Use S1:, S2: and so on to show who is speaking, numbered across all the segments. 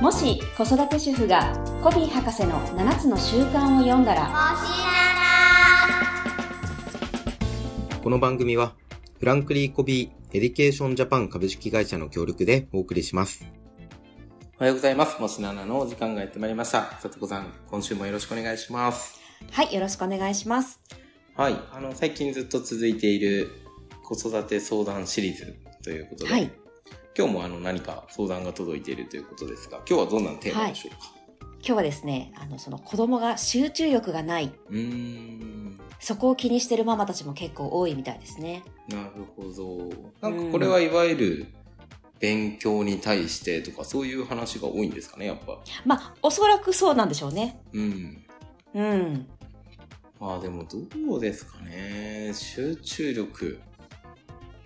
S1: もし子育て主婦がコビー博士の7つの習慣を読んだら
S2: この番組は、フランクリー・コビー・エディケーション・ジャパン株式会社の協力でお送りします。おはようございます。もしななのお時間がやってまいりました。さとこさん、今週もよろしくお願いします。
S1: はいよろしくお願いします
S2: はい。あの、最近ずっと続いている子育て相談シリーズということで、
S1: はい
S2: 今日もあの何か相談が届いているということですが、今日はどんなテーマでしょうか、
S1: 今日はですねあのその子供が集中力がないう
S2: ーん。
S1: そこを気にしてるママたちも結構多いみたいですね
S2: なるほど。なんかこれはいわゆる勉強に対してとかそういう話が多いんですかね、やっぱ。
S1: まあおそらくそうなんでしょうね
S2: うん。
S1: うん
S2: まあでもどうですかね集中力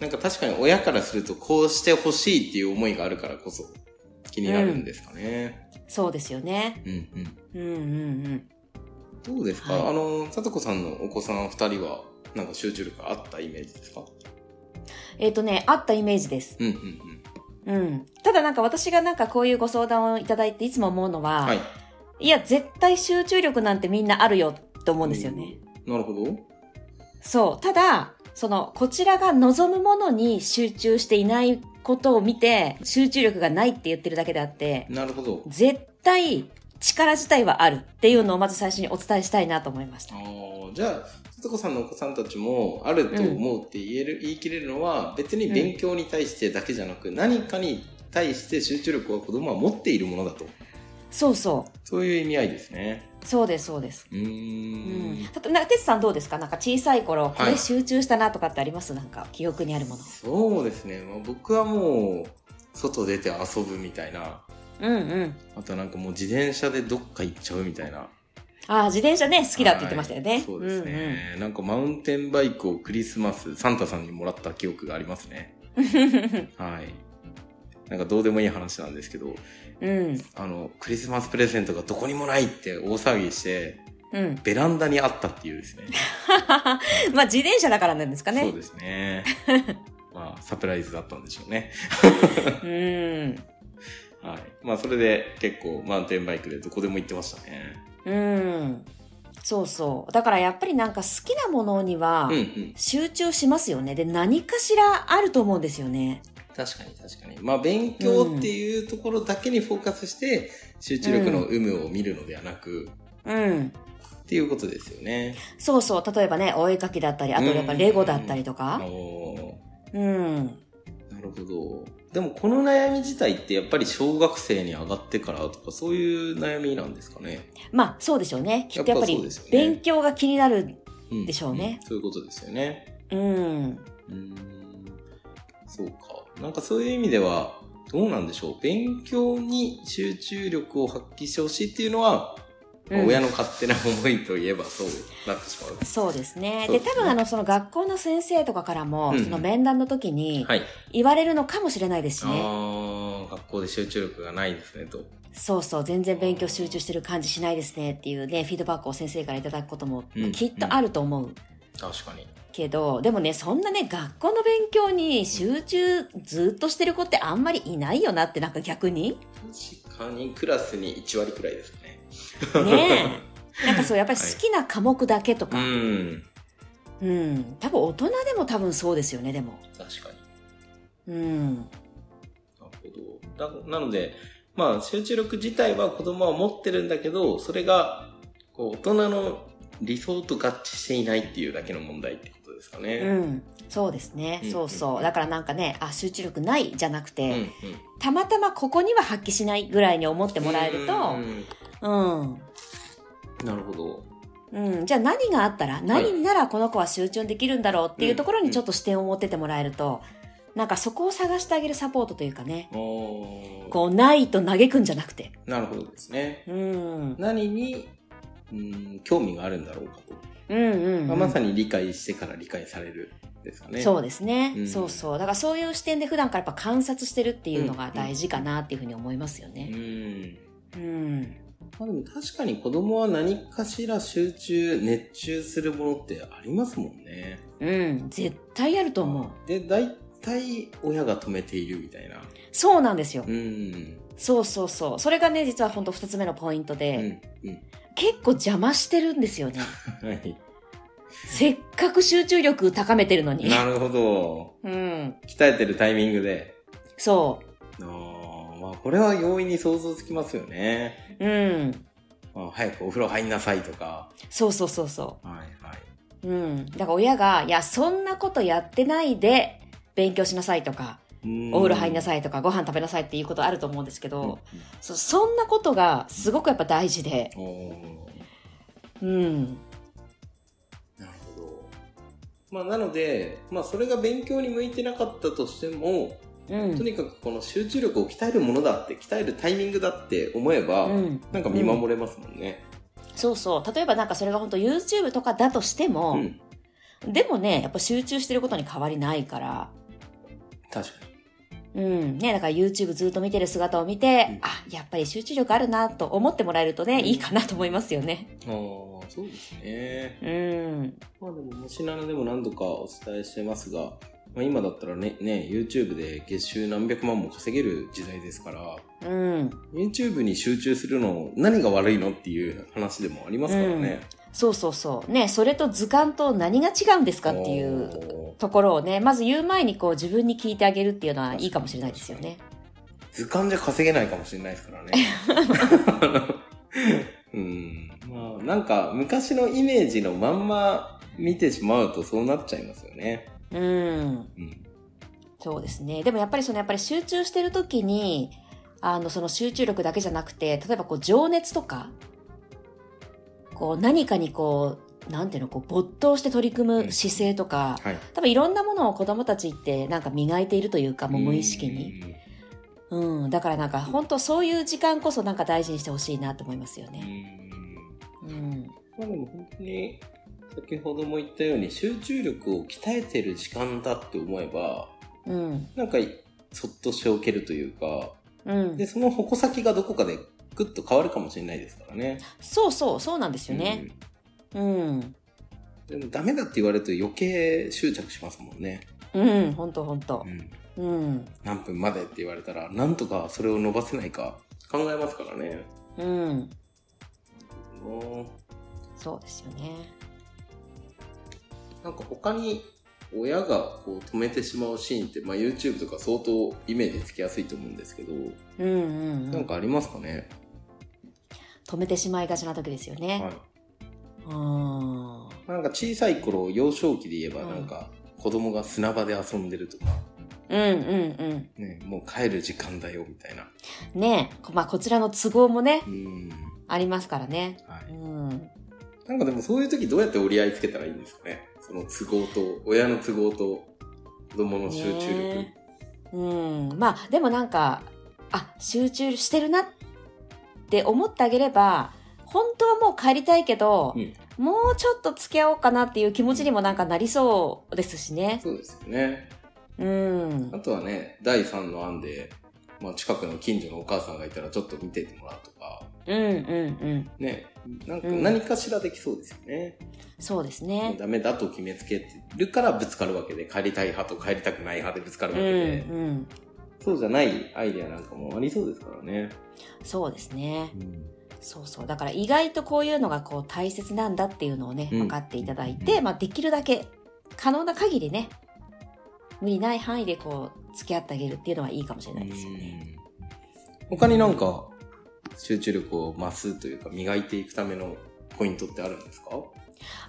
S2: なんか確かに親からするとこうしてほしいっていう思いがあるからこそ気になるんですかね、
S1: そうですよね
S2: うん、うん
S1: うんうんうん
S2: どうですか、
S1: はい
S2: あのさとこさんのお子さん2人はなんか集中力あったイメージですか
S1: えっ、とねあったイメージです
S2: うんうんうん
S1: うんただなんか私がなんかこういうご相談をいただいていつも思うのは、
S2: はい
S1: いや絶対集中力なんてみんなあるよと思うんですよね、
S2: なるほど
S1: そう。ただ、その、こちらが望むものに集中していないことを見て、集中力がないって言ってるだけであって、
S2: なるほど
S1: 絶対、力自体はあるっていうのをまず最初にお伝えしたいなと思いまし
S2: あ
S1: た。
S2: ーじゃあさとこさんのお子さんたちもあると思うって言える、言い切れるのは別に勉強に対してだけじゃなく、何かに対して集中力は子供は持っているものだと
S1: そうそ
S2: そういう意味合いですね。
S1: う。そうです、そうです。
S2: う
S1: う
S2: ー
S1: ん
S2: ん。。
S1: あと、なんか、てつさんどうですかなんか小さい頃、こ
S2: は
S1: れ
S2: い
S1: 集中したなとかってありますなんか、記憶にあるもの。
S2: そうですね。まあ、僕はもう、外出て遊ぶみたいな。
S1: うんうん。
S2: あとなんかもう自転車でどっか行っちゃうみたいな。
S1: ああ、自転車ね、好きだって言ってましたよね。
S2: はいそうですね、なんかマウンテンバイクをクリスマス、サンタさんにもらった記憶があります ね。
S1: うん
S2: はい。なんかどうでもいい話なんですけど、
S1: うん。うん。
S2: あの、クリスマスプレゼントがどこにもないって大騒ぎして、
S1: うん。
S2: ベランダにあったっていうですね。
S1: まあ、自転車だからなんですかね。
S2: そうですね。まあ、サプライズだったんでしょうね。
S1: うん。
S2: はい。まあ、それで結構マウンテンバイクでどこでも行ってましたね。
S1: うん。そうそう。だからやっぱりなんか好きなものには
S2: うんうん。
S1: 集中しますよね。で、何かしらあると思うんですよね。
S2: 確かに確かに。まあ、勉強っていうところだけにフォーカスして、集中力の有無を見るのではなく、
S1: うん。
S2: っていうことですよね。
S1: そうそう。例えばね、お絵かきだったり、あとやっぱレゴだったりと
S2: あ
S1: か。
S2: の
S1: うん。
S2: ーなるほど。でも、この悩み自体ってやっぱり小学生に上がってからとか、そういう悩みなんですかね。
S1: まあ、そうでしょうね。きっとやっぱ
S2: やっぱそう
S1: り
S2: ですよね
S1: 勉強が気になる。
S2: うん
S1: でしょうね
S2: んそういうことですよね。
S1: うん。
S2: うーんそうか。なんかそういう意味では、どうなんでしょう。勉強に集中力を発揮してほしいっていうのは、まあ
S1: うん
S2: 親の勝手な思いといえばそうなってしまう。
S1: そうですね。
S2: そう
S1: で、
S2: ですね
S1: 多分あの、その学校の先生とかからも、
S2: うん
S1: その面談の時に
S2: はい。
S1: 言われるのかもしれないですしね。
S2: ああ、学校で集中力がないですね、と。
S1: そうそう、全然勉強集中してる感じしないですねっていうね、フィードバックを先生からいただくことも
S2: うん
S1: きっとあると思う
S2: 確かに。
S1: けど、でもね、そんなね、学校の勉強に集中ずっとしてる子ってあんまりいないよなって、なんか逆に
S2: 確かに、クラスに1割くらいですかね。
S1: ねえ。なんかそう、やっぱり好きな科目だけと
S2: う
S1: か、
S2: ん。
S1: うん。多分大人でも多分そうですよね、でも。
S2: 確かに。
S1: うん。
S2: なるほど。ななので、まあ、集中力自体は子供は持ってるんだけど、それが、こう、大人の理想と合致していないっていうだけの問題ってことですか
S1: う
S2: ね。
S1: ん。そうですね
S2: う。ん
S1: そうそう。だからなんかね、あ、集中力ないじゃなく
S2: うん。
S1: て、
S2: うん。
S1: たまたまここには発揮しないぐらいに思ってもらえると、うん。
S2: なるほど。
S1: うん、じゃあ何があったら、何にならこの子は集中できるんだろうっていうところにちょっと視点を持っててもらえると、なんかそこを探してあげるサポートというかね、
S2: おー
S1: こう、ないと嘆くんじゃなくて。
S2: なるほどですね。
S1: うん。
S2: 何に、うん、興味があるんだろうかと。
S1: うんうん、
S2: ま
S1: う
S2: あ
S1: ん。
S2: まさに理解してから理解されるですかね。
S1: そう
S2: う。
S1: ですね、
S2: うん
S1: そうそう。だからそういう視点で普段からやっぱ観察してるっていうのが大事かなっていうふうに思いますよね。
S2: ん。
S1: うん。
S2: まあでも確かに子供は何かしら集中、熱中するものってありますもんね。
S1: うん。絶対やると思う。
S2: で、大対親が止めているみたいな。
S1: そうなんですよ。
S2: うん。
S1: そうそうそう。それがね、実は本当二つ目のポイント
S2: う
S1: で、
S2: ん。うん。
S1: 結構邪魔してるんですよね。
S2: はい。
S1: せっかく集中力高めてるのに。
S2: なるほど。
S1: うん。
S2: 鍛えてるタイミングで。
S1: そ
S2: あーまあ、これは容易に想像つきますよね。
S1: う。うん。
S2: あ早くお風呂入んなさいとか。
S1: そうそうそうそ
S2: はいはい。
S1: う。うん。だから親が、いや、そんなことやってないで、勉強しなさいとか、お風呂入りなさいとか、ご飯食べなさいっていうことあると思うんですけ
S2: い
S1: ど、そそんなことがすごくやっぱ大事で、
S2: おお
S1: うん。
S2: ーなるほど。まあ、なので、まあ、それが勉強に向いてなかったとしても、
S1: う
S2: と
S1: ん。
S2: にかくこの集中力を鍛えるものだって、鍛えるタイミングだって思えば、
S1: うん。
S2: なんか見守れますもんね。
S1: そうそう。例えばなんかそれが本当 YouTube とかだとしても、
S2: うん。
S1: でもね、やっぱ集中してることに変わりないから、
S2: 確か
S1: うん。ね、だから YouTube ずっと見てる姿を見て、
S2: うん
S1: あ、やっぱり集中力あるなと思ってもらえるとね、
S2: うん
S1: いいかなと思いますよね。
S2: に。ああ、そうですね。
S1: うん。
S2: まあでも、もしならでも何度かお伝えしてますが、まあ、今だったらね、ね、YouTube で月収何百万も稼げる時代ですから、
S1: うん。
S2: YouTube に集中するの何が悪いのっていう話でもありますからね。
S1: そうそうそう。ね、それと図鑑と何が違うんですかっていう
S2: おー
S1: ところをね、まず言う前にこう自分に聞いてあげるっていうのはいいかもしれないですよね。
S2: 図鑑じゃ稼げないかもしれないですからね。 うん。まあ、なんか昔のイメージのまんま見てしまうとそうなっちゃいますよね。
S1: うん。
S2: うん。
S1: そうですね。でもやっぱりそのやっぱり集中してる時に、あの、その集中力だけじゃなくて、例えばこう情熱とか、こう何かにこう、なんていうの、こう没頭して取り組む姿勢とか、
S2: はい。
S1: 多分いろんなものを子供たちってなんか磨いているというか、もう無意識に。
S2: に。
S1: うん,、だからなんか本当そういう時間こそなんか大事にしてほしいなと思いますよ
S2: う
S1: ね。
S2: ん。
S1: うん。
S2: まあでも本当に、先ほども言ったように集中力を鍛えてる時間だって思えば、
S1: うん。
S2: なんか、そっとしておけるというか、
S1: うん
S2: で、。その矛先がどこかでグッと変わるかもしれないですからね。
S1: そうそう、そうなんですよね。うん。
S2: うん。でもダメだって言われると余計執着しますもんね。
S1: うん、本当本当
S2: う。ん。
S1: うん。
S2: 何分までって言われたら、なんとかそれを伸ばせないか考えますからね。
S1: うん。
S2: うん
S1: そうですよね。
S2: なんか他に親がこう止めてしまうシーンって、まあ YouTube とか相当イメージつきやすいと思うんですけど、
S1: うんうんう
S2: なん
S1: ん、
S2: かありますかね
S1: 止めてしまいがちな時ですよね。
S2: い。
S1: うーん
S2: なんか小さい頃、幼少期で言えば
S1: うん
S2: なんか、子供が砂場で遊んでるとか、
S1: うんうん
S2: ね、もう帰る時間だよみたいな。
S1: うん。ねえ、こまあ、こちらの都合もね、
S2: うん。
S1: ありますからね。
S2: は
S1: う
S2: い。
S1: ん、
S2: なんかでもそういう時どうやって折り合いつけたらいいんですかねその都合と、親の都合と、子供の集中力。
S1: ねうん、まあでもなんかあ集中してるなって思ってあげれば本当はもう帰りたいけど、
S2: うん
S1: もうちょっと付き合おうかなっていう気持ちにもなんかなりそうですしね。
S2: そうですよね。
S1: うん
S2: あ、とはね、第3の案で、まあ近くの近所のお母さんがいたらちょっと見ててもらうとか、
S1: うんうんうん
S2: ね、なんか
S1: うん
S2: 何かしらできそうですよね。
S1: そうです
S2: も
S1: ね
S2: う。ダメだと決めつけてるからぶつかるわけで、帰りたい派と帰りたくない派でぶつかる
S1: うん
S2: わ
S1: う
S2: けで、
S1: ん
S2: そうじゃないアイデアなんかもありそうですからね。
S1: そうですね。
S2: うん。
S1: そうそう。だから意外とこういうのがこう大切なんだっていうのをね、
S2: うん
S1: 分かっていただいて、まあできるだけ、可能な限りね、無理ない範囲でこう、付き合ってあげるっていうのはいいかもしれないですよね。
S2: 他になんか集中力を増すというか磨いていくためのポイントってあるんですか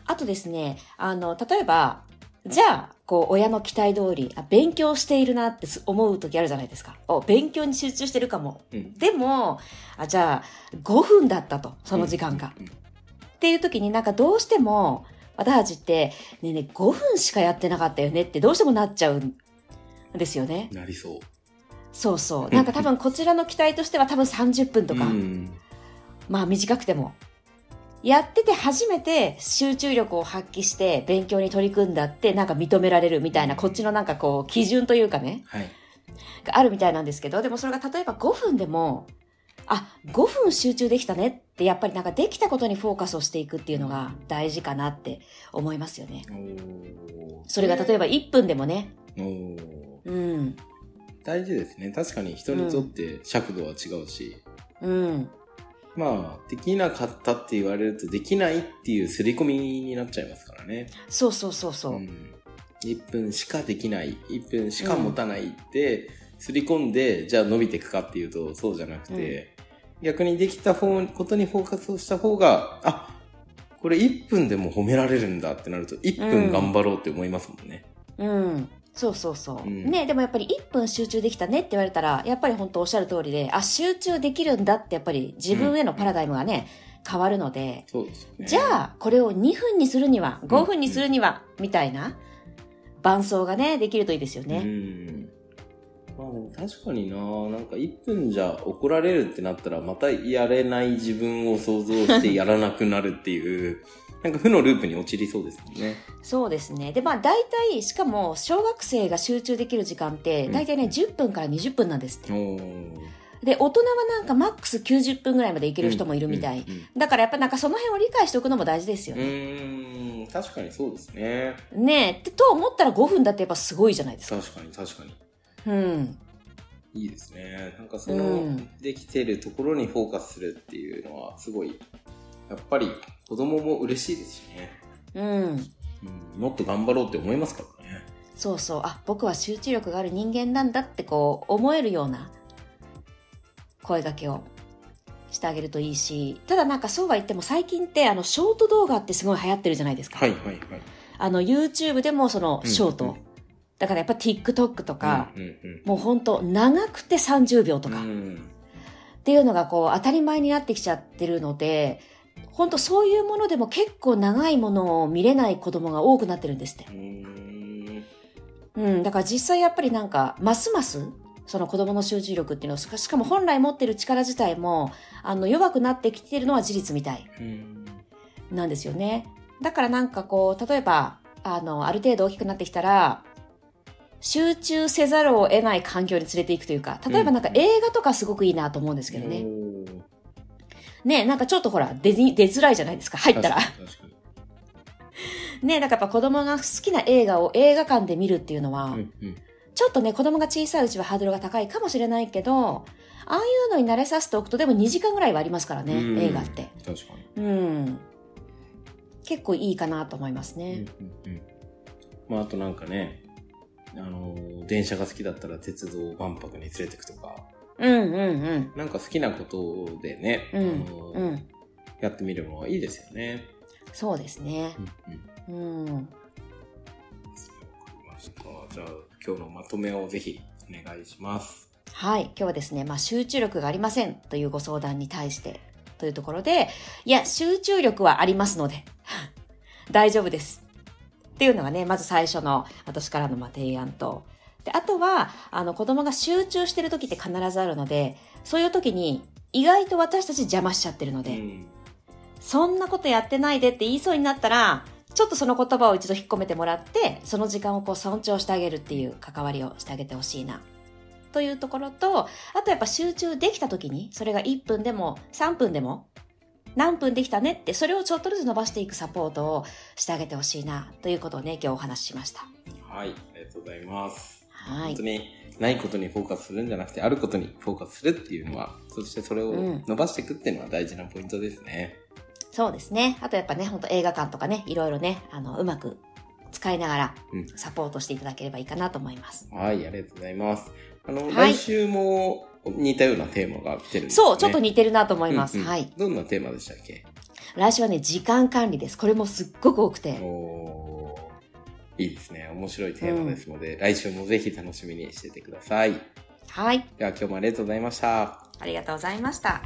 S1: あとですね、あの、例えば、じゃあ、こう、親の期待通り、あ、勉強しているなってす思う時あるじゃないですか。お、勉強に集中してるかも。
S2: うん
S1: でも、あ、じゃあ、5分だったと、その時間が。。
S2: うん
S1: っていう時になんかどうしても私たちってねえねえ5分しかやってなかったよねってどうしてもなっちゃうんですよね。
S2: なりそう。
S1: そうそう。なんか多分こちらの期待としては多分30分とか、
S2: うん
S1: まあ短くても。やってて初めて集中力を発揮して勉強に取り組んだってなんか認められるみたいなこっちのなんかこう基準というかね、
S2: はい。
S1: があるみたいなんですけど、でもそれが例えば5分でも、あ、5分集中できたねってやっぱりなんかできたことにフォーカスをしていくっていうのが大事かなって思いますよね。
S2: おー
S1: それが例えば1分でもね、
S2: おー
S1: うん。
S2: 大事ですね。確かに人にとって尺度は違うし、
S1: うん。
S2: まあ、できなかったって言われると、できないっていう刷り込みになっちゃいますからね。
S1: そうそうそうそう。
S2: ん、1分しかできない1分しか持たないって刷り込んで、じゃあ伸びていくかっていうとそうじゃなくて、逆にできた方ことにフォーカスをした方があこれ1分でも褒められるんだってなると1
S1: う
S2: 分
S1: ん
S2: 頑張ろうって思いますもんね。
S1: うん。そうそうそう。
S2: うん
S1: ね、でもやっぱり1分集中できたねって言われたら、やっぱり本当おっしゃる通りで、あ、集中できるんだってやっぱり自分へのパラダイムがね、変わるので、
S2: そうですよね
S1: じゃあこれを2分にするには、5分にするには、みたいな伴奏がね、できるといいですよ
S2: う
S1: ね。
S2: んまあでも確かにななんか1分じゃ怒られるってなったらまたやれない自分を想像してやらなくなるっていう なんか負のループに陥りそうですもんね。
S1: そうですね。で、まあ大体、しかも小学生が集中できる時間って、
S2: うん
S1: 大体ね、10分から20分なんですって。
S2: おー
S1: で、大人はなんかマックス90分ぐらいまでいける人もいるみたい。
S2: うんうんうん
S1: だからやっぱなんかその辺を理解しておくのも大事ですよね
S2: うーん確かにそうですね
S1: ねえってと思ったら5分だってやっぱすごいじゃないですか。
S2: 確かに確かに
S1: うん。
S2: いいですねなんかそ
S1: うん
S2: のできてるところにフォーカスするっていうのはすごいやっぱり子供も嬉しいですしね、
S1: うん。
S2: うん、もっと頑張ろうって思いますからね
S1: そうそう。あ、僕は集中力がある人間なんだってこう思えるような声掛けをしてあげるといいし、ただなんかそうは言っても最近ってあのショート動画ってすごい流行ってるじゃないですか。
S2: はいはいはい
S1: あの YouTube でもそのショート。
S2: うんうん
S1: だからやっぱ TikTok とか、
S2: うんうん
S1: もうほんと長くて30秒と
S2: うん
S1: か。
S2: うん
S1: っていうのがこう当たり前になってきちゃってるので、本当そういうものでも結構長いものを見れない子供が多くなってるんですって
S2: う。ーん
S1: うん、だから実際やっぱりなんか、ますます、その子供の集中力っていうのを、しかしかも本来持ってる力自体も、あの、弱くなってきてるのは事実みたい
S2: うん
S1: なんですよね。だからなんかこう、例えば、あの、ある程度大きくなってきたら、集中せざるを得ない環境に連れていくというか、例えばなんか映画とかすごくいいなと思うんですけどね。
S2: おー
S1: ねなんかちょっとほら、出に、出づらいじゃないですか、入ったら。
S2: 確かに確かに
S1: ねだからやっぱ子供が好きな映画を映画館で見るっていうのは、
S2: うんうん
S1: ちょっとね、子供が小さいうちはハードルが高いかもしれないけど、ああいうのに慣れさせておくと、でも2時間ぐらいはありますからね、
S2: うん
S1: 映画って。
S2: 確かに
S1: うん。結構いいかなと思いますね。
S2: うんうんうんまあ、あとなんかね、あのー電車が好きだったら鉄道を万博に連れてくとか、
S1: うん、うん、うん。
S2: なんか好きなことでね、
S1: うん
S2: あのー
S1: うん。
S2: やってみるのはいいですよね。
S1: そうですね。
S2: うんうん
S1: うん。
S2: じゃあ今日のまとめをぜひお願いします。
S1: はい。今日はですね、まあ、集中力がありませんというご相談に対してというところで、いや、集中力はありますので、 大丈夫です。っていうのがね、まず最初の私からのまあ提案と、で、あとは、あの、子供が集中してる時って必ずあるので、そういう時に、意外と私たち邪魔しちゃってるので、
S2: うん
S1: そんなことやってないでって言いそうになったら、ちょっとその言葉を一度引っ込めてもらって、その時間をこう尊重してあげるっていう関わりをしてあげてほしいな。というところと、あとやっぱ集中できた時に、それが1分でも3分でも、何分できたねって、それをちょっとずつ伸ばしていくサポートをしてあげてほしいな、ということをね、今日お話ししました。
S2: はい、ありがとうございます。
S1: は
S2: 本
S1: い
S2: 当。にないことにフォーカスするんじゃなくて、あることにフォーカスするっていうのは、そしてそれを伸ばしていくっていうのは大事なポイントですね。
S1: そうですね。あとやっぱね、ほんと映画館とかね、いろいろね、あの、うまく使いながら
S2: うん、
S1: サポートしていただければいいかなと思います。
S2: はい、ありがとうございます。あの、
S1: はい
S2: 来週も似たようなテーマが来てるんですよ
S1: そ
S2: ね。
S1: う、ちょっと似てるなと思います。
S2: うんうん
S1: はい。
S2: どんなテーマでしたっけ
S1: 来週はね、時間管理です。これもすっごく多くて。
S2: おーいいですね。面白いテーマですので、来週もぜひ楽しみにしててください。
S1: はい。
S2: では今日もありがとうございました。
S1: ありがとうございました。